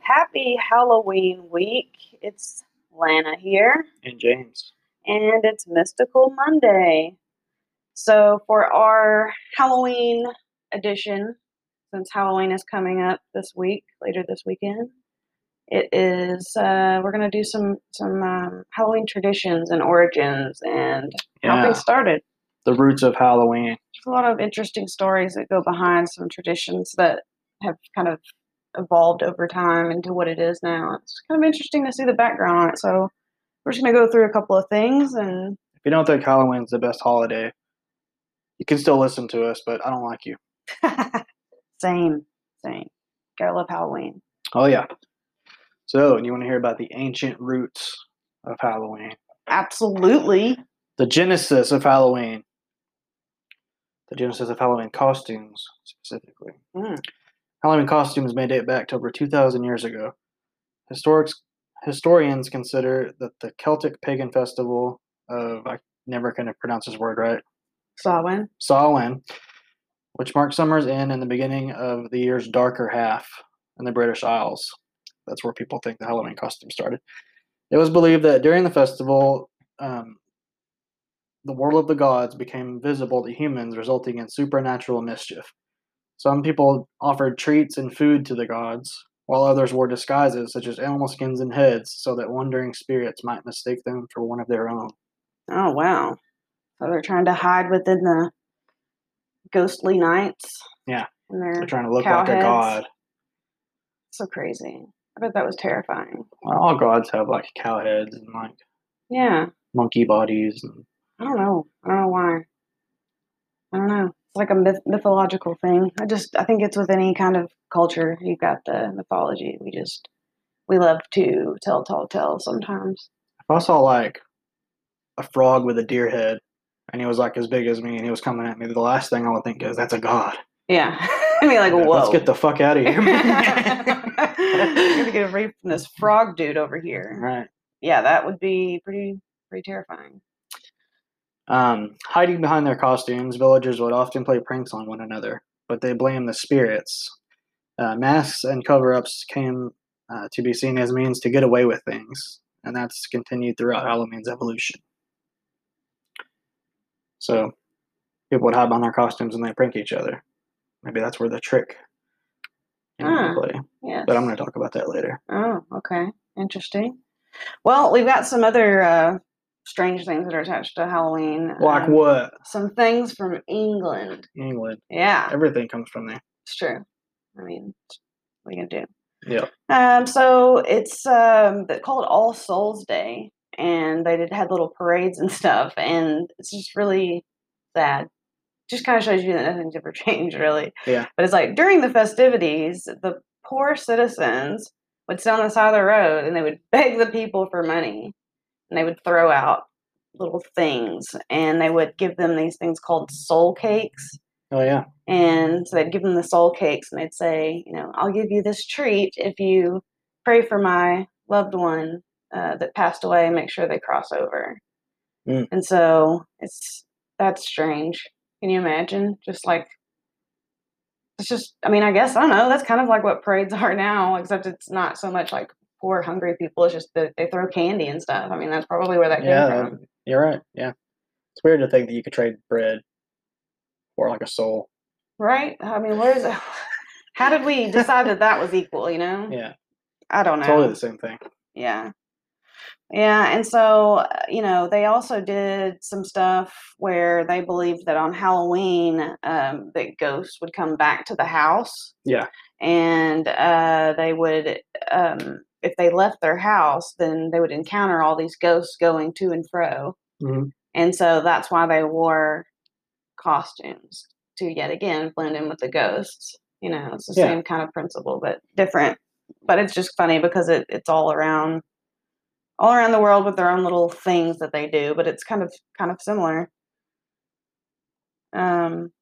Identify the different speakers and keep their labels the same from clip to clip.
Speaker 1: Happy Halloween week. It's Lana here,
Speaker 2: And James.
Speaker 1: and it's Mystical Monday. So, for our Halloween edition, since Halloween is coming up this week, later this weekend, it is uh, we're going to do some some um, Halloween traditions and origins and how
Speaker 2: Yeah.
Speaker 1: things started.
Speaker 2: The roots of Halloween.
Speaker 1: a lot of interesting stories that go behind some traditions that have kind of evolved over time into what it is now. It's kind of interesting to see the background on it. So we're just going to go through a couple of things and
Speaker 2: If you don't think Halloween's the best holiday, you can still listen to us, but I don't like you.
Speaker 1: same, same. Gotta love Halloween.
Speaker 2: Oh, yeah. So, you want to hear about the ancient roots of Halloween?
Speaker 1: Absolutely.
Speaker 2: The genesis of Halloween. The genesis of Halloween costumes, specifically.
Speaker 1: Mm.
Speaker 2: Halloween costumes may date back to over 2,000 years ago. Historics, historians consider that the Celtic pagan festival of, I never can pronounce this word right,
Speaker 1: Samhain.
Speaker 2: Samhain, which marked summer's end and the beginning of the year's darker half in the British Isles. That's where people think the Halloween costume started. It was believed that during the festival, um, the world of the gods became visible to humans, resulting in supernatural mischief. Some people offered treats and food to the gods, while others wore disguises such as animal skins and heads, so that wandering spirits might mistake them for one of their own.
Speaker 1: Oh, wow. So they're trying to hide within the ghostly nights.
Speaker 2: Yeah.
Speaker 1: And they're
Speaker 2: They're trying to look like
Speaker 1: Cowheads.
Speaker 2: a god.
Speaker 1: so crazy. I bet that was terrifying.
Speaker 2: Well, all gods have like cow heads and like
Speaker 1: Yeah.
Speaker 2: monkey bodies. And,
Speaker 1: I don't know. I don't know why. I don't know. It's like a myth- mythological thing. I just I think it's with any kind of culture. You've got the mythology. We just we love to tell tall tales sometimes.
Speaker 2: if I saw like a frog with a deer head and he was like as big as me and he was coming at me, the last thing I would think is, that's a god.
Speaker 1: Yeah. I mean, like
Speaker 2: Like,
Speaker 1: whoa.
Speaker 2: Let's get the fuck out of here.
Speaker 1: I'm gonna get away from this frog dude over here.
Speaker 2: right.
Speaker 1: Yeah, that would be pretty pretty terrifying.
Speaker 2: Um, hiding behind their costumes, villagers would often play pranks on one another, but they blamed the spirits. Uh, masks and cover ups came uh, to be seen as means to get away with things, and that's continued throughout Halloween's evolution. So, people would hide behind their costumes and they prank each other. Maybe that's where the trick came into
Speaker 1: Ah.
Speaker 2: play,
Speaker 1: Yeah.
Speaker 2: but I'm going to talk about that later.
Speaker 1: Oh, okay. Interesting. Well, we've got some other uh, strange things that are attached to Halloween.
Speaker 2: Like
Speaker 1: um,
Speaker 2: what?
Speaker 1: some things from England.
Speaker 2: England.
Speaker 1: Yeah,
Speaker 2: Everything comes from there.
Speaker 1: it's true. I mean, what are you gonna do?
Speaker 2: Yep.
Speaker 1: Um, so it's um they call it All Souls Day, and they did had little parades and stuff, and it's just really sad. Just kind of shows you that nothing's ever changed, really.
Speaker 2: Yeah.
Speaker 1: But it's like during the festivities, the poor citizens would sit on the side of the road and they would beg the people for money, and they would throw out little things, and they would give them these things called soul cakes.
Speaker 2: Oh, yeah.
Speaker 1: And so they'd give them the soul cakes and they'd say, you know, I'll give you this treat if you pray for my loved one uh, that passed away and make sure they cross over.
Speaker 2: Mm.
Speaker 1: And so it's that's strange. Can you imagine? Just like, it's just, I mean, I guess, I don't know, that's kind of like what parades are now, except it's not so much like poor, hungry people. It's just that they throw candy and stuff. I mean, that's probably where that came
Speaker 2: Yeah,
Speaker 1: from.
Speaker 2: You're right. Yeah. It's weird to think that you could trade bread for like a soul.
Speaker 1: Right? I mean, where is it? How did we decide that that was equal, you know?
Speaker 2: Yeah.
Speaker 1: I don't know.
Speaker 2: Totally the same thing.
Speaker 1: Yeah. Yeah. And so, uh, you know, they also did some stuff where they believed that on Halloween, um, that ghosts would come back to the house.
Speaker 2: Yeah.
Speaker 1: And uh, they would, um, if they left their house, then they would encounter all these ghosts going to and fro.
Speaker 2: Mhm.
Speaker 1: And so that's why they wore costumes to yet again blend in with the ghosts. You know, it's the
Speaker 2: Yeah.
Speaker 1: same kind of principle, but different. But it's just funny because it, it's all around, all around the world with their own little things that they do. But it's kind of kind of similar. Um.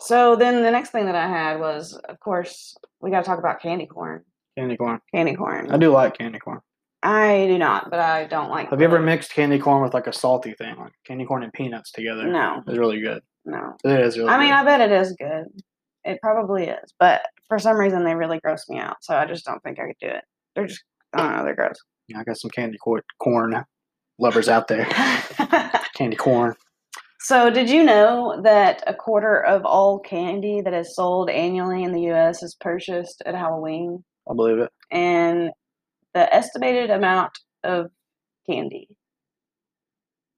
Speaker 1: So then the next thing that I had was, of course, we got to talk about candy corn.
Speaker 2: Candy corn.
Speaker 1: Candy corn.
Speaker 2: I do like candy corn.
Speaker 1: I do not, but I don't like.
Speaker 2: Have you ever
Speaker 1: blue.
Speaker 2: mixed candy corn with like a salty thing, like candy corn and peanuts together?
Speaker 1: No,
Speaker 2: It's really good.
Speaker 1: no.
Speaker 2: It is really
Speaker 1: I mean,
Speaker 2: good.
Speaker 1: I bet it is good. It probably is, but for some reason they really gross me out, so I just don't think I could do it. They're just, I don't know, they're gross.
Speaker 2: Yeah, I got some candy cor- corn lovers out there. candy corn.
Speaker 1: so, did you know that a quarter of all candy that is sold annually in the U.S. is purchased at Halloween?
Speaker 2: I believe it.
Speaker 1: and the estimated amount of candy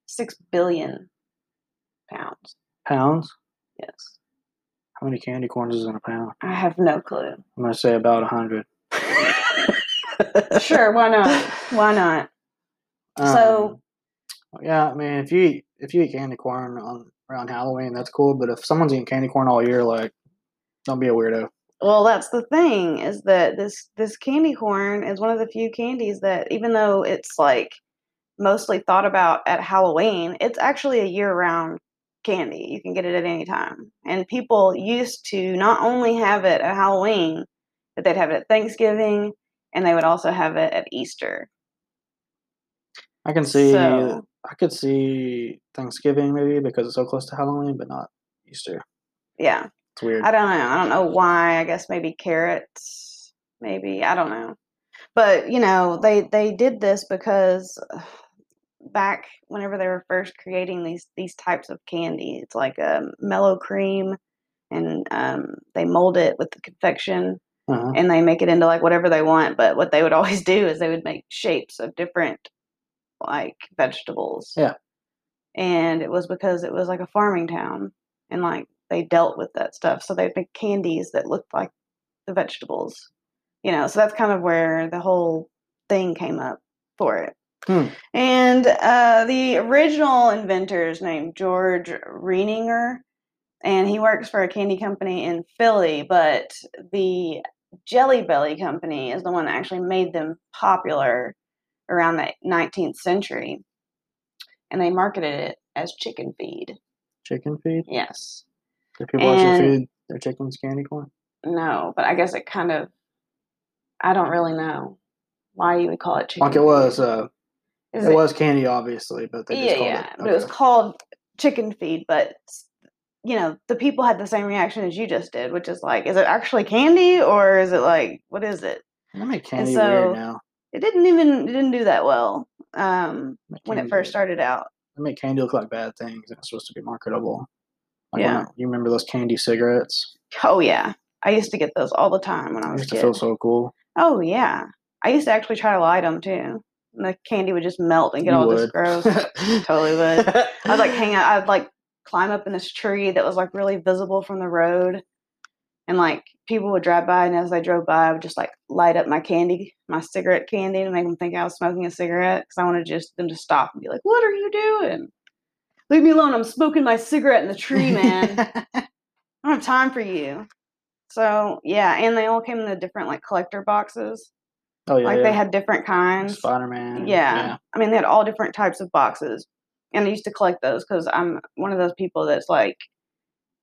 Speaker 1: six billion pounds.
Speaker 2: Pounds?
Speaker 1: Yes,
Speaker 2: How many candy corns is in a pound?
Speaker 1: I have no clue.
Speaker 2: I'm gonna say about a hundred.
Speaker 1: Sure, why not? Why not? So-
Speaker 2: Um, yeah, I mean, if you eat, if you eat candy corn on around Halloween, that's cool. But if someone's eating candy corn all year, like, don't be a weirdo.
Speaker 1: Well, that's the thing is that this this candy corn is one of the few candies that even though it's like mostly thought about at Halloween, it's actually a year-round candy. You can get it at any time. And people used to not only have it at Halloween, but they'd have it at Thanksgiving and they would also have it at Easter.
Speaker 2: I can see,
Speaker 1: So-
Speaker 2: I could see Thanksgiving maybe because it's so close to Halloween, but not Easter.
Speaker 1: Yeah.
Speaker 2: It's weird.
Speaker 1: I don't know. I don't know why. I guess maybe carrots. Maybe I don't know. But you know, they they did this because ugh, back whenever they were first creating these these types of candy, it's like a mellow cream, and um, they mold it with the confection,
Speaker 2: uh
Speaker 1: and they make it into like whatever they want. But what they would always do is they would make shapes of different like vegetables.
Speaker 2: Yeah.
Speaker 1: And it was because it was like a farming town and like they dealt with that stuff. So they'd make candies that looked like the vegetables. You know, so that's kind of where the whole thing came up for it.
Speaker 2: Hmm.
Speaker 1: And uh, the original inventor's named George Reininger, and he works for a candy company in Philly, but the Jelly Belly company is the one that actually made them popular around the 19th century. And they marketed it as chicken feed.
Speaker 2: Chicken feed?
Speaker 1: Yes.
Speaker 2: Do people actually
Speaker 1: And-
Speaker 2: feed their chickens candy corn?
Speaker 1: No, but I guess it kind of, I don't really know why you would call it chicken.
Speaker 2: Like it was, uh,
Speaker 1: feed. Is
Speaker 2: it, was candy obviously, but they just
Speaker 1: yeah,
Speaker 2: called
Speaker 1: yeah.
Speaker 2: it.
Speaker 1: But it was
Speaker 2: okay.
Speaker 1: called chicken feed. But s- you know, the people had the same reaction as you just did, which is like, is it actually candy or is it like, what is it?
Speaker 2: They make candy
Speaker 1: so-
Speaker 2: weird now.
Speaker 1: It didn't even it didn't do that well um,
Speaker 2: They make
Speaker 1: when it
Speaker 2: candy
Speaker 1: first
Speaker 2: weird.
Speaker 1: started out.
Speaker 2: They make candy look like bad things. and It's supposed to be marketable. Like when
Speaker 1: Yeah.
Speaker 2: I- you remember those candy cigarettes?
Speaker 1: Oh yeah, I used to get those all the time when I
Speaker 2: I
Speaker 1: was a
Speaker 2: used to
Speaker 1: kid.
Speaker 2: feel so cool.
Speaker 1: oh yeah, I used to actually try to light them too. And the candy would just melt and get
Speaker 2: You
Speaker 1: all
Speaker 2: would.
Speaker 1: this gross. totally would. I'd like hang out. I'd like climb up in this tree that was like really visible from the road, and like people would drive by, and as they drove by, I would just like light up my candy, my cigarette candy, to make them think I was smoking a cigarette because I wanted just them to stop and be like, "What are you doing? Leave me alone! I'm smoking my cigarette in the tree, man. I don't have time for you." So yeah, and they all came in the different like collector boxes.
Speaker 2: oh yeah,
Speaker 1: Like
Speaker 2: yeah.
Speaker 1: they had different kinds.
Speaker 2: Spider Man.
Speaker 1: Yeah. I mean, they had all different types of boxes. And I used to collect those because I'm one of those people that's like,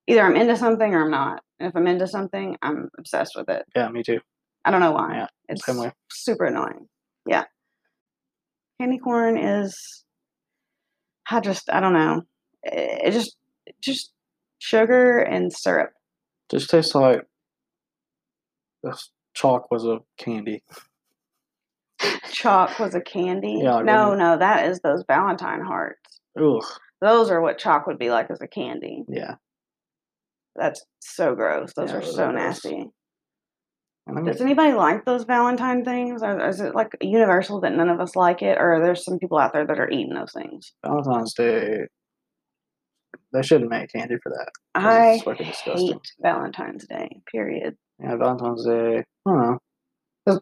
Speaker 1: either I'm into something or I'm not. And if I'm into something, I'm obsessed with it.
Speaker 2: yeah, me too.
Speaker 1: I don't know why.
Speaker 2: Yeah,
Speaker 1: it's
Speaker 2: same way.
Speaker 1: super annoying. Yeah. Candy corn is, I just, I don't know. It it just, it just sugar and syrup.
Speaker 2: Just tastes like this chalk was a candy.
Speaker 1: Chalk was a candy.
Speaker 2: Yeah, I
Speaker 1: no,
Speaker 2: remember.
Speaker 1: no, that is those Valentine hearts.
Speaker 2: Ugh.
Speaker 1: Those are what chalk would be like as a candy.
Speaker 2: Yeah.
Speaker 1: That's so gross. Those
Speaker 2: Yeah,
Speaker 1: are
Speaker 2: those are
Speaker 1: so
Speaker 2: gross. Mm.
Speaker 1: nasty.
Speaker 2: And I mean,
Speaker 1: Does anybody like those Valentine things? Or is it like universal that none of us like it? Or are there some people out there that are eating those things?
Speaker 2: Valentine's Day. They shouldn't make candy for that. 'Cause
Speaker 1: I
Speaker 2: it's fucking disgusting.
Speaker 1: hate Valentine's Day, period.
Speaker 2: Yeah, Valentine's Day. I don't know. It's,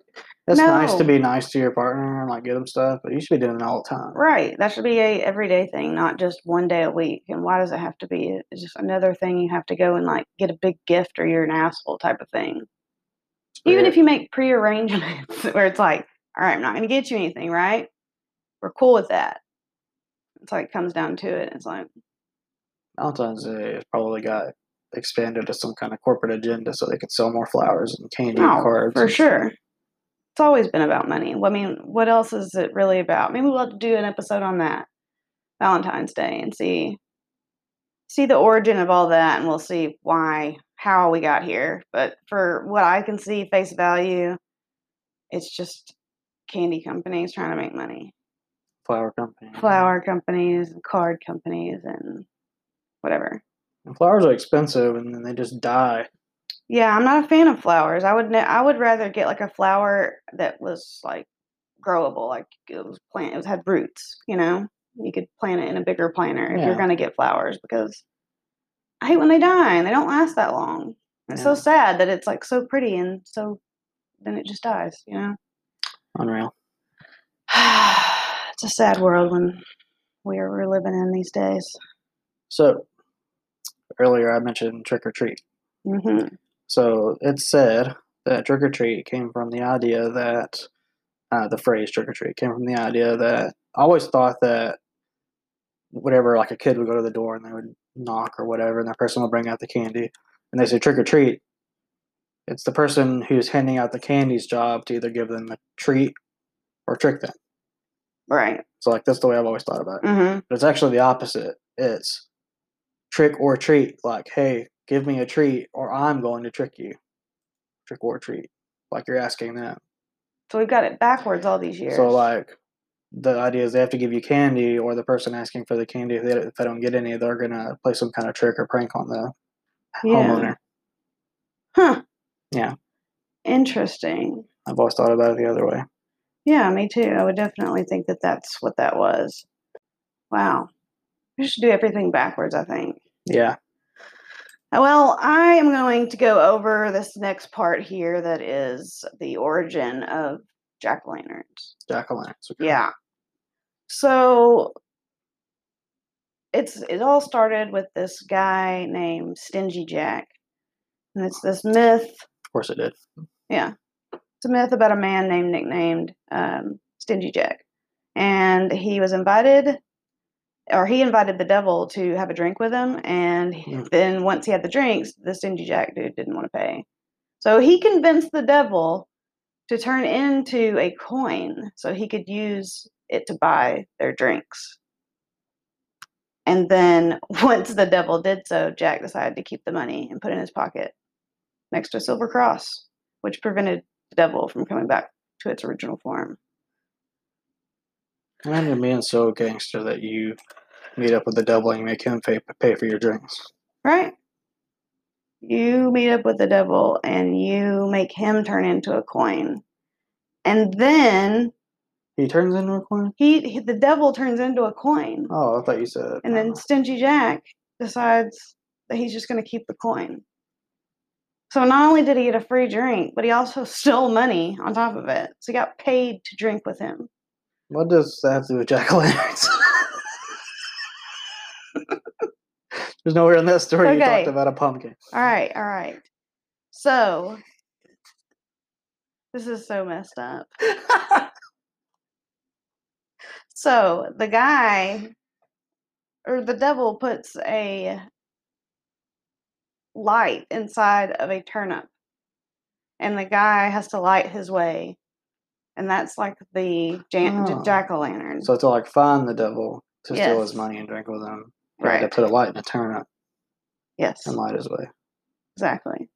Speaker 2: it's nice to
Speaker 1: No.
Speaker 2: be nice to your partner and like get them stuff, but you should be doing it all the time.
Speaker 1: Right. That should be a everyday thing, not just one day a week. And why does it have to be it's just another thing you have to go and like get a big gift or you're an asshole type of thing? Even if you make pre arrangements where it's like, all right, I'm not going to get you anything, right? We're cool with that. It's like, comes down to it. It's like,
Speaker 2: Valentine's Day has probably got expanded to some kind of corporate agenda so they can sell more flowers and candy and
Speaker 1: oh,
Speaker 2: cards.
Speaker 1: for
Speaker 2: and-
Speaker 1: sure. It's always been about money. Well, I mean, what else is it really about? Maybe we'll have to do an episode on that Valentine's Day and see see the origin of all that, and we'll see why how we got here. But for what I can see, face value, it's just candy companies trying to make money.
Speaker 2: Flower company.
Speaker 1: Flower companies and card companies and whatever.
Speaker 2: And flowers are expensive, and then they just die.
Speaker 1: Yeah, I'm not a fan of flowers. I would ne- I would rather get like a flower that was like growable, like it was plant, it was had roots. You know, you could plant it in a bigger planter if you're
Speaker 2: Yeah.
Speaker 1: gonna get flowers because I hate when they die and they don't last that long. It's so
Speaker 2: Yeah.
Speaker 1: sad that it's like so pretty and so then it just dies. You know,
Speaker 2: Unreal.
Speaker 1: it's a sad world when we are we're living in these days.
Speaker 2: So earlier I mentioned trick or treat.
Speaker 1: hmm
Speaker 2: So it's said that trick or treat came from the idea that uh, the phrase trick or treat came from the idea that I always thought that whatever, like a kid would go to the door and they would knock or whatever, and that person would bring out the candy, and they say trick or treat. It's the person who's handing out the candy's job to either give them a treat or trick them.
Speaker 1: Right.
Speaker 2: So like that's the way I've always thought about it.
Speaker 1: hmm
Speaker 2: But it's actually the opposite. It's trick or treat, like, hey, give me a treat or I'm going to trick you. Trick or treat. Like you're asking that.
Speaker 1: So we've got it backwards all these years.
Speaker 2: So like the idea is they have to give you candy or the person asking for the candy if they, if they don't get any they're going to play some kind of trick or prank on the homeowner
Speaker 1: Huh.
Speaker 2: Yeah.
Speaker 1: Interesting.
Speaker 2: i've always thought about it the other way
Speaker 1: Yeah, me too. I would definitely think that that's what that was. Wow. We should do everything backwards, I think.
Speaker 2: yeah
Speaker 1: Uh, Well, I am going to go over this next part here that is the origin of jack o' lanterns.
Speaker 2: jack-o'-lanterns okay.
Speaker 1: Yeah. So it's it all started with this guy named Stingy Jack. And it's this myth
Speaker 2: of course it did
Speaker 1: it's a myth about a man named nicknamed um, Stingy Jack, and he was invited, or he invited the devil to have a drink with him, and he-
Speaker 2: Mm.
Speaker 1: then once he had the drinks, the Stingy Jack dude didn't want to pay, so he convinced the devil to turn into a coin so he could use it to buy their drinks. And then once the devil did so, Jack decided to keep the money and put it in his pocket next to a silver cross, which prevented the devil from coming back to its original form.
Speaker 2: imagine being so gangster that you meet up with the devil and you make him pay, pay for your drinks
Speaker 1: Right? You meet up with the devil and you make him turn into a coin. And then
Speaker 2: he turns into a coin
Speaker 1: he, he- the devil turns into a coin.
Speaker 2: oh i thought you said
Speaker 1: And then Stingy Jack decides that he's just going to keep the coin. So not only did he get a free drink, but he also stole money on top of it. So he got paid to drink with him.
Speaker 2: What does that have to do with jack o' lanterns? There's nowhere in that story you
Speaker 1: Okay.
Speaker 2: talked about a pumpkin.
Speaker 1: All right, all right. So, this is so messed up. so, the guy or the devil puts a light inside of a turnip, and the guy has to light his way. And that's like the jan-
Speaker 2: Oh.
Speaker 1: jack o' lantern.
Speaker 2: So to like find the devil to steal his
Speaker 1: Yes.
Speaker 2: money and drink with him, you had
Speaker 1: right.
Speaker 2: to put a light in a turnip
Speaker 1: Yes.
Speaker 2: and light his way.
Speaker 1: Exactly.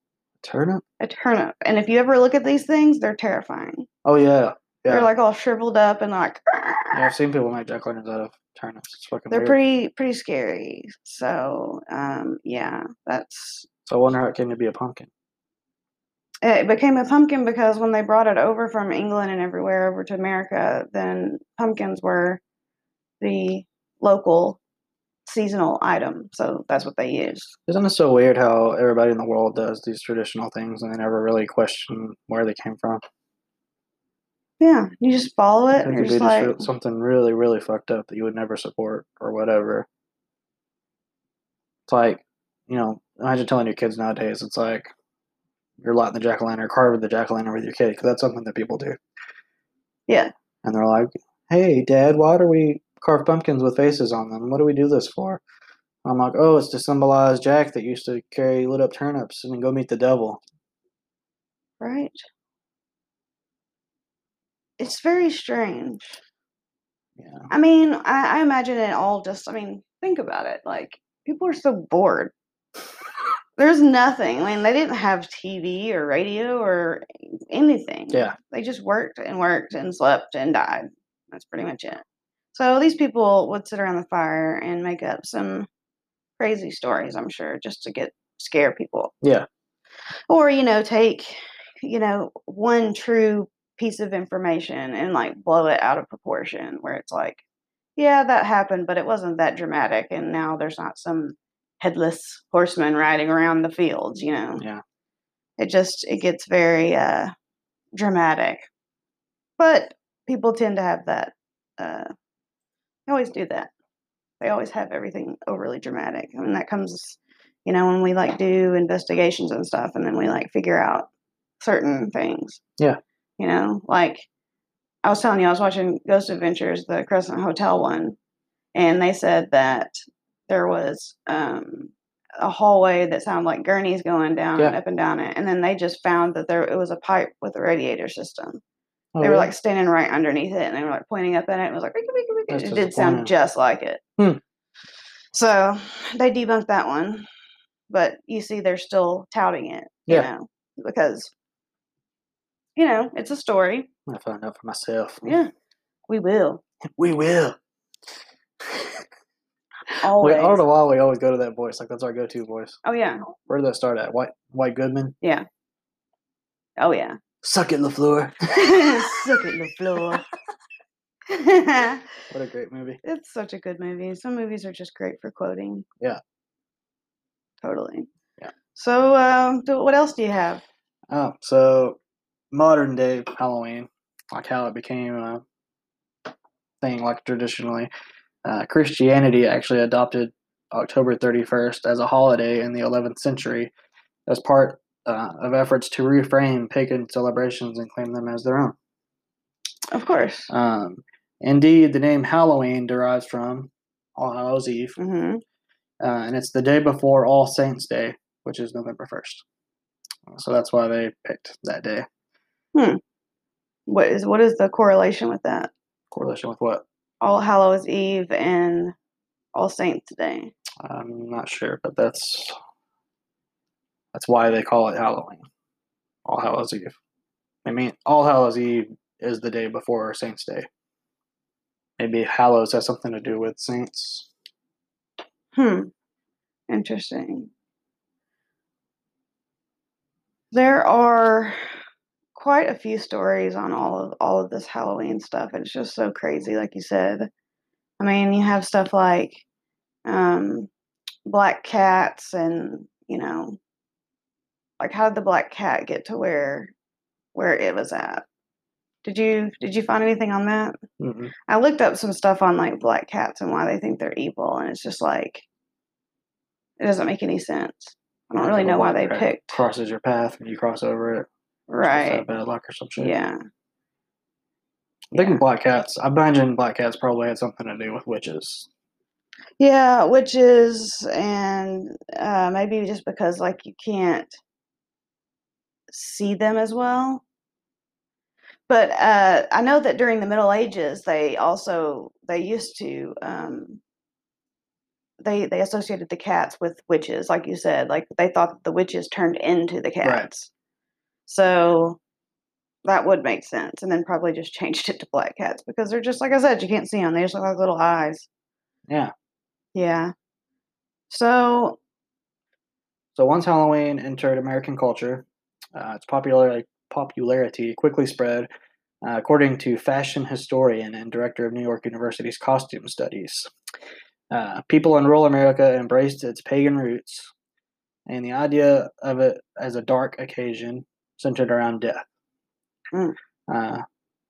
Speaker 2: Turnip?
Speaker 1: A turnip. And if you ever look at these things, they're terrifying.
Speaker 2: Oh yeah, yeah.
Speaker 1: They're like all shriveled up and like.
Speaker 2: yeah I've seen people make jack o' lanterns out of turnips. It's fucking
Speaker 1: they're
Speaker 2: weird.
Speaker 1: pretty pretty scary so um yeah that's
Speaker 2: so I wonder how it came to be a pumpkin.
Speaker 1: it became a pumpkin because when they brought it over from england and everywhere over to america then pumpkins were the local seasonal item so that's what they used
Speaker 2: Isn't it so weird how everybody in the world does these traditional things and they never really question where they came from?
Speaker 1: yeah you just follow it and
Speaker 2: It could
Speaker 1: you're
Speaker 2: be
Speaker 1: just
Speaker 2: just
Speaker 1: like
Speaker 2: real- something really, really fucked up that you would never support or whatever. It's like, you know, imagine telling your kids nowadays, it's like you're lighting the jack o' lantern, carving the jack o' lantern with your kid, because that's something that people do.
Speaker 1: Yeah.
Speaker 2: And they're like, hey, dad, why do we carve pumpkins with faces on them? What do we do this for? I'm like, oh, it's to symbolize Jack that used to carry lit up turnips and then go meet the devil.
Speaker 1: right it's very strange.
Speaker 2: Yeah.
Speaker 1: I mean, I, I imagine it all just, I mean, think about it. Like, people are so bored. There's nothing. I mean, they didn't have TV or radio or anything.
Speaker 2: Yeah.
Speaker 1: They just worked and worked and slept and died. That's pretty much it. So these people would sit around the fire and make up some crazy stories, I'm sure, just to get scare people.
Speaker 2: Yeah.
Speaker 1: Or, you know, take, you know, one true piece of information and like blow it out of proportion where it's like, yeah, that happened, but it wasn't that dramatic. And now there's not some headless horseman riding around the fields, you know.
Speaker 2: Yeah.
Speaker 1: It just it gets very uh dramatic. But people tend to have that uh they always do that. They always have everything overly dramatic. I mean that comes you know, when we like do investigations and stuff and then we like figure out certain things.
Speaker 2: Yeah.
Speaker 1: You know, like I was telling you I was watching Ghost Adventures, the Crescent Hotel one, and they said that there was um, a hallway that sounded like gurneys going down and
Speaker 2: Yeah.
Speaker 1: up and down it, and then they just found that there it was a pipe with a radiator system.
Speaker 2: Oh,
Speaker 1: they were
Speaker 2: really?
Speaker 1: like standing right underneath it, and they were like pointing up at it. And it was like "Wicka, wicka, wicka."
Speaker 2: That's
Speaker 1: it did sound
Speaker 2: disappointing.
Speaker 1: just like it.
Speaker 2: Hmm.
Speaker 1: So they debunked that one, but you see, they're still touting it. You
Speaker 2: Yeah.
Speaker 1: know, because you know it's a story.
Speaker 2: I found out for myself.
Speaker 1: Yeah, we will
Speaker 2: We will. We,
Speaker 1: always.
Speaker 2: I don't know why we always go to that voice. Like that's our go-to voice.
Speaker 1: oh yeah,
Speaker 2: Where did that start at? White White Goodman.
Speaker 1: oh yeah.
Speaker 2: Suck it, Lafleur.
Speaker 1: Suck it, LaFleur. it's
Speaker 2: What a great movie.
Speaker 1: such a good movie. Some movies are just great for quoting.
Speaker 2: Yeah.
Speaker 1: Totally.
Speaker 2: Yeah.
Speaker 1: So, um, th- what else do you have?
Speaker 2: Oh, so modern day Halloween, like how it became a thing, like traditionally, uh, Christianity actually adopted October 31st as a holiday in the 11th century as part uh, of efforts to reframe pagan celebrations and claim them as their own.
Speaker 1: Of course.
Speaker 2: Um, indeed, the name Halloween derives from All Hallows Eve,
Speaker 1: hmm
Speaker 2: uh, and it's the day before All Saints' Day, which is November 1st. So that's why they picked that day.
Speaker 1: What is what is the correlation with that?
Speaker 2: Correlation with what?
Speaker 1: All Hallows Eve and All Saints Day.
Speaker 2: I'm not sure, but that's that's why they call it Halloween. All Hallows Eve. I mean, All Hallows Eve is the day before Saints' Day. Maybe Hallows has something to do with Saints.
Speaker 1: Hmm. Interesting. There are quite a few stories on all of all of this Halloween stuff. It's just so crazy, like you said. I mean, you have stuff like um, black cats, and you know, like how did the black cat get to where where it was at? Did you did you find anything on that?
Speaker 2: Mm-mm.
Speaker 1: I looked up some stuff on like black cats and why they think they're evil, and it's just like it doesn't make any sense. I don't
Speaker 2: Like
Speaker 1: really
Speaker 2: if a
Speaker 1: know why they
Speaker 2: black cat
Speaker 1: picked
Speaker 2: Crosses your path and you cross over it. it's supposed to
Speaker 1: right.
Speaker 2: have Bad luck or some shit.
Speaker 1: Yeah,
Speaker 2: I think black cats. I imagine black cats probably had something to do with witches.
Speaker 1: yeah, witches, and uh, maybe just because like you can't see them as well. But uh, I know that during the Middle Ages, they also they used to um, they they associated the cats with witches, like you said, like they thought that the witches turned into the cats. So that would make sense, and then probably just changed it to black cats because they're just like I said, you can't see them; they just look like little eyes.
Speaker 2: Yeah.
Speaker 1: Yeah. So
Speaker 2: So once Halloween entered American culture, uh, its popularity popularity quickly spread. Uh, according to fashion historian and director of New York University's costume studies, uh, people in rural America embraced its pagan roots and the idea of it as a dark occasion centered around death.
Speaker 1: Mm.
Speaker 2: Uh,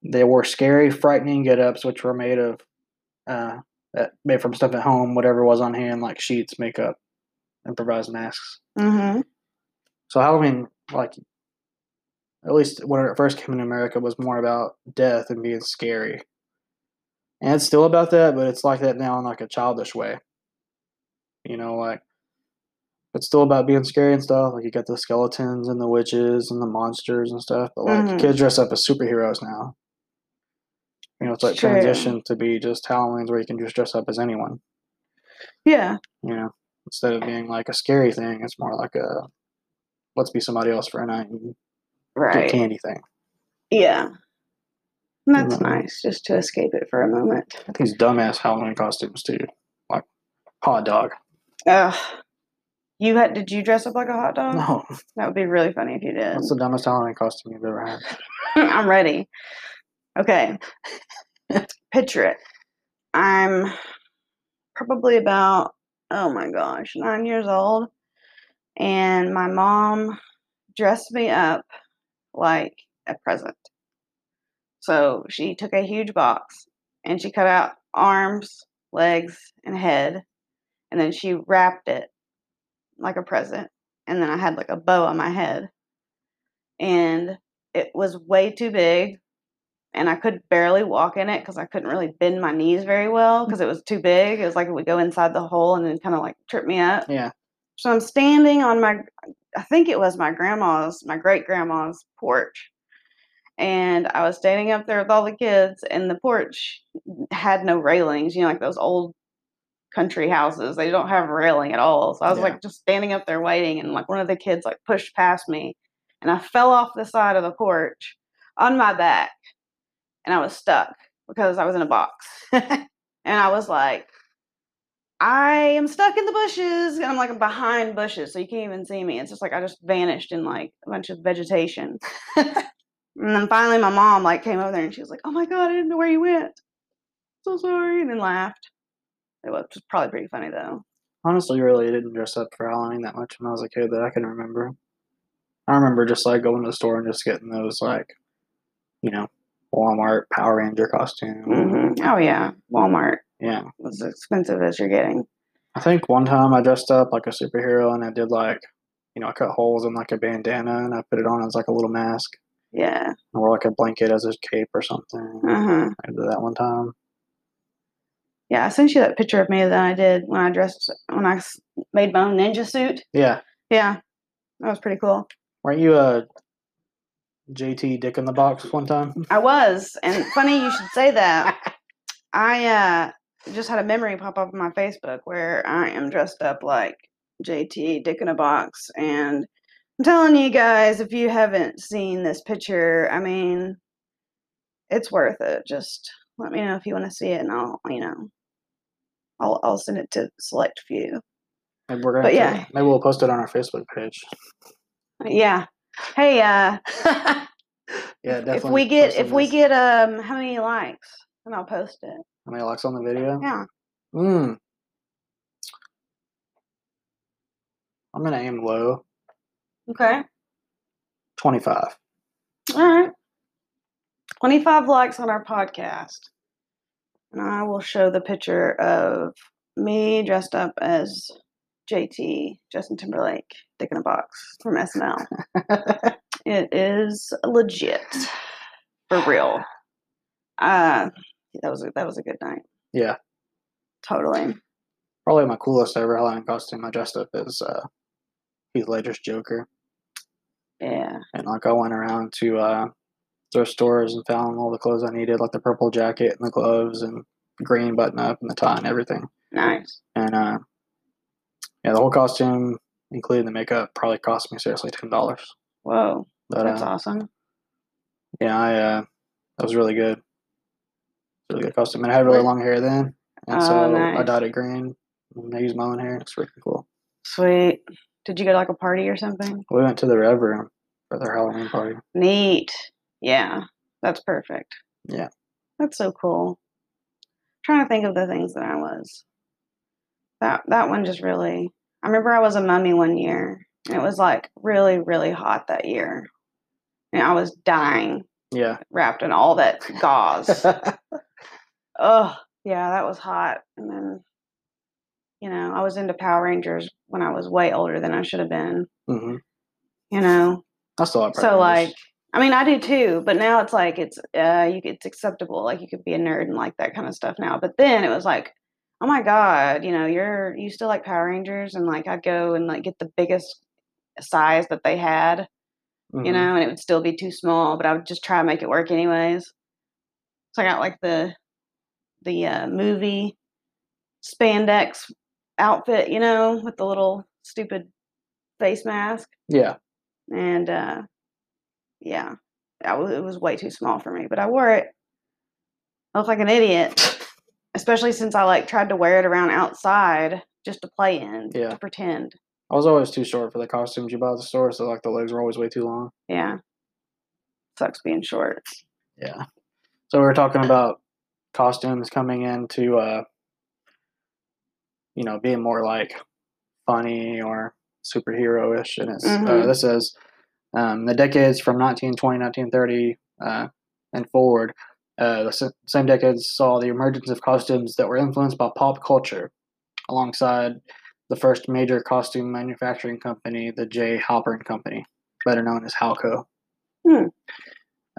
Speaker 2: they wore scary, frightening get-ups, which were made of uh, that- made from stuff at home, whatever was on hand, like sheets, makeup, improvised masks.
Speaker 1: hmm
Speaker 2: So Halloween, like at least when it first came in America, was more about death and being scary. And it's still about that, but it's like that now in like a childish way. You know, like it's still about being scary and stuff. Like you got the skeletons and the witches and the monsters and stuff. But like
Speaker 1: Mhm.
Speaker 2: kids dress up as superheroes now. You know, it's like
Speaker 1: True.
Speaker 2: transition to be just Halloween's where you can just dress up as anyone.
Speaker 1: Yeah.
Speaker 2: You know, instead of being like a scary thing, it's more like a let's be somebody else for a night and get
Speaker 1: Right.
Speaker 2: candy thing.
Speaker 1: Yeah. And that's
Speaker 2: Mhm.
Speaker 1: nice just to escape it for a moment.
Speaker 2: These dumbass Halloween costumes too, like hot dog.
Speaker 1: Ugh. You had did you dress up like a hot dog?
Speaker 2: No,
Speaker 1: That would be really funny if you did.
Speaker 2: that's the dumbest Halloween costume you've ever had.
Speaker 1: I'm ready. Okay. Picture it. I'm probably about, oh my gosh, nine years old. And my mom dressed me up like a present. So she took a huge box and she cut out arms, legs, and head. And then she wrapped it like a present. And then I had like a bow on my head. And it was way too big and I could barely walk in it because I couldn't really bend my knees very well because it was too big. It was like it would go inside the hole and then kind of like trip me up.
Speaker 2: Yeah.
Speaker 1: So I'm standing on my, I think it was my grandma's, my great grandma's porch. And I was standing up there with all the kids, and the porch had no railings, you know, like those old country houses. They don't have railing at all. So I was
Speaker 2: Yeah.
Speaker 1: like just standing up there waiting, and like one of the kids like pushed past me, and I fell off the side of the porch on my back, and I was stuck because I was in a box. and I was like, I am stuck in the bushes, and I'm like I'm behind bushes, so you can't even see me. It's just like I just vanished in like a bunch of vegetation. and then finally, my mom like came over there and she was like, "Oh my god, I didn't know where you went. So sorry," and then laughed. It was just probably pretty funny though.
Speaker 2: Honestly, really, I didn't dress up for Halloween that much when I was a kid that I can remember. I remember just like going to the store and just getting those like, you know, Walmart Power Ranger costume.
Speaker 1: hmm Oh yeah, Walmart
Speaker 2: Yeah,
Speaker 1: was expensive as you're getting.
Speaker 2: I think one time I dressed up like a superhero and I did like, you know, I cut holes in like a bandana and I put it on as like a little mask
Speaker 1: Yeah.
Speaker 2: and wore like a blanket as a cape or something.
Speaker 1: Uh huh.
Speaker 2: I did that one time.
Speaker 1: Yeah, I sent you that picture of me that I did when I dressed when I s- made my own ninja suit.
Speaker 2: Yeah,
Speaker 1: Yeah, that was pretty cool.
Speaker 2: weren't you uh, JT Dick in the box one time?
Speaker 1: I was, and funny you should say that. I uh, just had a memory pop up on my Facebook where I am dressed up like JT Dick in a box, and I'm telling you guys, if you haven't seen this picture, I mean, it's worth it. Just let me know if you want to see it, and I'll, you know, I'll I'll send it to select few.
Speaker 2: Maybe we're gonna.
Speaker 1: But
Speaker 2: have to-
Speaker 1: yeah.
Speaker 2: Maybe we'll post it on our Facebook page.
Speaker 1: Yeah. Hey, uh,
Speaker 2: Yeah,
Speaker 1: if
Speaker 2: definitely.
Speaker 1: we get
Speaker 2: post on
Speaker 1: if we
Speaker 2: this.
Speaker 1: get um how many likes, and I'll post it.
Speaker 2: how many likes on the video?
Speaker 1: Yeah.
Speaker 2: Mm. I'm gonna aim low.
Speaker 1: Okay.
Speaker 2: Twenty-five.
Speaker 1: All right. 25 likes on our podcast. And I will show the picture of me dressed up as JT, Justin Timberlake, Dick in a Box from SNL. it is legit. For real. Uh, that was a, that was a good night.
Speaker 2: Yeah.
Speaker 1: Totally.
Speaker 2: Probably my coolest ever Halloween costume I dressed up as uh, Heath Ledger's Joker.
Speaker 1: Yeah.
Speaker 2: And like I went around to uh, thrift stores and found all the clothes I needed, like the purple jacket and the gloves and the green button up and the tie and everything.
Speaker 1: Nice.
Speaker 2: And uh, yeah, the whole costume, including the makeup, probably cost me seriously ten dollars.
Speaker 1: Whoa.
Speaker 2: But
Speaker 1: That's
Speaker 2: uh,
Speaker 1: awesome.
Speaker 2: yeah, I uh, that was really good. Really good costume. And I had really
Speaker 1: Wait.
Speaker 2: long hair then, and
Speaker 1: Oh,
Speaker 2: so I
Speaker 1: nice.
Speaker 2: dyed it green. And I used my own hair. It's freaking cool.
Speaker 1: Sweet. Did you go to like a party or something?
Speaker 2: We went to the Rev Room for their Halloween party.
Speaker 1: Neat. Yeah, that's perfect.
Speaker 2: Yeah.
Speaker 1: That's so cool. trying to think of the things that I was. That that one just really. I remember I was a mummy one year. and It was like really really hot that year, and I was dying,
Speaker 2: Yeah. Mm-hmm.
Speaker 1: wrapped in all that gauze. Oh, yeah, that was hot. And then, you know, I was into Power Rangers when I was way older than I should have been.
Speaker 2: hmm
Speaker 1: You know,
Speaker 2: I still have
Speaker 1: so
Speaker 2: priorities.
Speaker 1: like i mean i do too but now it's like it's uh you it's acceptable like you could be a nerd and like that kind of stuff now but then it was like oh my god you know you're you still like power rangers and like i'd go and like get the biggest size that they had you
Speaker 2: Mhm.
Speaker 1: know and it would still be too small but i would just try to make it work anyways So I got like the the uh, movie spandex outfit, you know, with the little stupid face mask,
Speaker 2: Yeah.
Speaker 1: and uh, yeah, I was, it was way too small for me, but I wore it. I looked like an idiot, especially since I like tried to wear it around outside just to play in,
Speaker 2: Yeah.
Speaker 1: to pretend.
Speaker 2: I was always too short for the costumes you buy at the store, so like the legs were always way too long.
Speaker 1: Yeah, sucks being short.
Speaker 2: Yeah. So we were talking about costumes coming in to, uh, you know, being more like funny or superhero ish. And it's, uh,
Speaker 1: Mhm.
Speaker 2: this is um, the decades from 1920, 1930, uh, and forward. Uh, the s- same decades saw the emergence of costumes that were influenced by pop culture alongside the first major costume manufacturing company, the J. Halpern Company, better known as Halco.
Speaker 1: Hmm.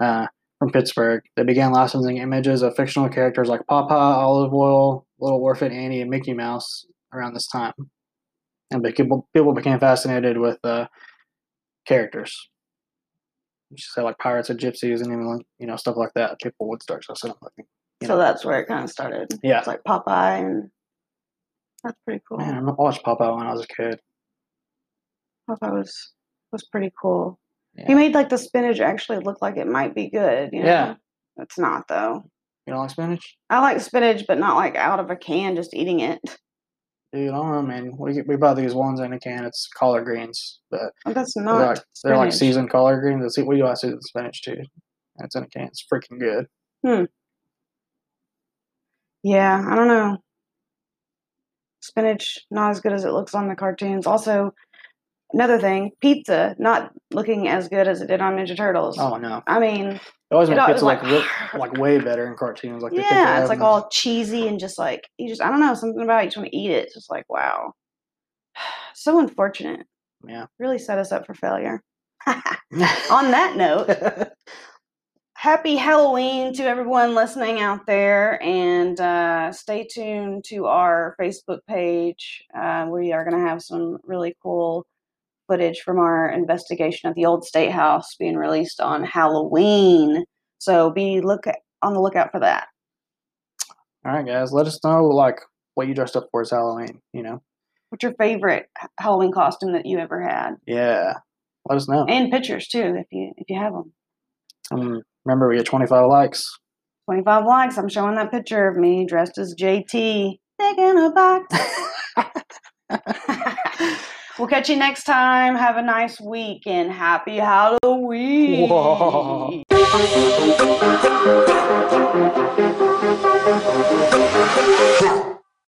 Speaker 2: Uh, from Pittsburgh. They began licensing images of fictional characters like Popeye, Olive Oil, Little Orphan Annie, and Mickey Mouse around this time. And be- people, people became fascinated with uh, characters. You should say like pirates and gypsies and even like, you know stuff like that. People would start dressing up like. You
Speaker 1: so
Speaker 2: know.
Speaker 1: that's where it kind of started.
Speaker 2: Yeah,
Speaker 1: It's like Popeye, and that's pretty cool.
Speaker 2: man, I watched Popeye when I was a kid.
Speaker 1: Popeye was was pretty cool.
Speaker 2: Yeah.
Speaker 1: He made like the spinach actually look like it might be good. You know?
Speaker 2: Yeah.
Speaker 1: it's not though.
Speaker 2: You don't like spinach,
Speaker 1: I like spinach, but not like out of a can, just eating it.
Speaker 2: dude? I don't know, man. We get, we buy these ones in a can. It's collard greens, but
Speaker 1: But Oh, that's
Speaker 2: they're
Speaker 1: not.
Speaker 2: like they're like
Speaker 1: spinach.
Speaker 2: seasoned collard greens. It's, we buy seasoned spinach too. And it's in a can. It's freaking good.
Speaker 1: Yeah, I don't know. Spinach not as good as it looks on the cartoons. Also, another thing, pizza not looking as good as it did on Ninja Turtles.
Speaker 2: Oh no!
Speaker 1: I mean,
Speaker 2: It always
Speaker 1: It
Speaker 2: makes
Speaker 1: al-
Speaker 2: pizza like
Speaker 1: it's
Speaker 2: like,
Speaker 1: like-
Speaker 2: like way better in cartoons. Like they pick it
Speaker 1: yeah,
Speaker 2: up
Speaker 1: it's like
Speaker 2: and-
Speaker 1: all cheesy and just like you just I don't know something about it. You just want to eat it. It's just like wow, so unfortunate.
Speaker 2: yeah.
Speaker 1: Really set us up for failure. on that note, happy Halloween to everyone listening out there, and uh, stay tuned to our Facebook page. Uh, we are going to have some really cool footage from our investigation at the old state house being released on Halloween. So be look on the lookout for that.
Speaker 2: all right, guys, let us know like what you dressed up for as Halloween. You know,
Speaker 1: What's your favorite h- Halloween costume that you ever had?
Speaker 2: yeah. Let us know.
Speaker 1: And pictures too, if you if you have them.
Speaker 2: Um, remember, we get twenty five likes.
Speaker 1: 25 likes. I'm showing that picture of me dressed as JT. Big in a box. we'll catch you next time. Have a nice week and happy Halloween.
Speaker 2: Whoa.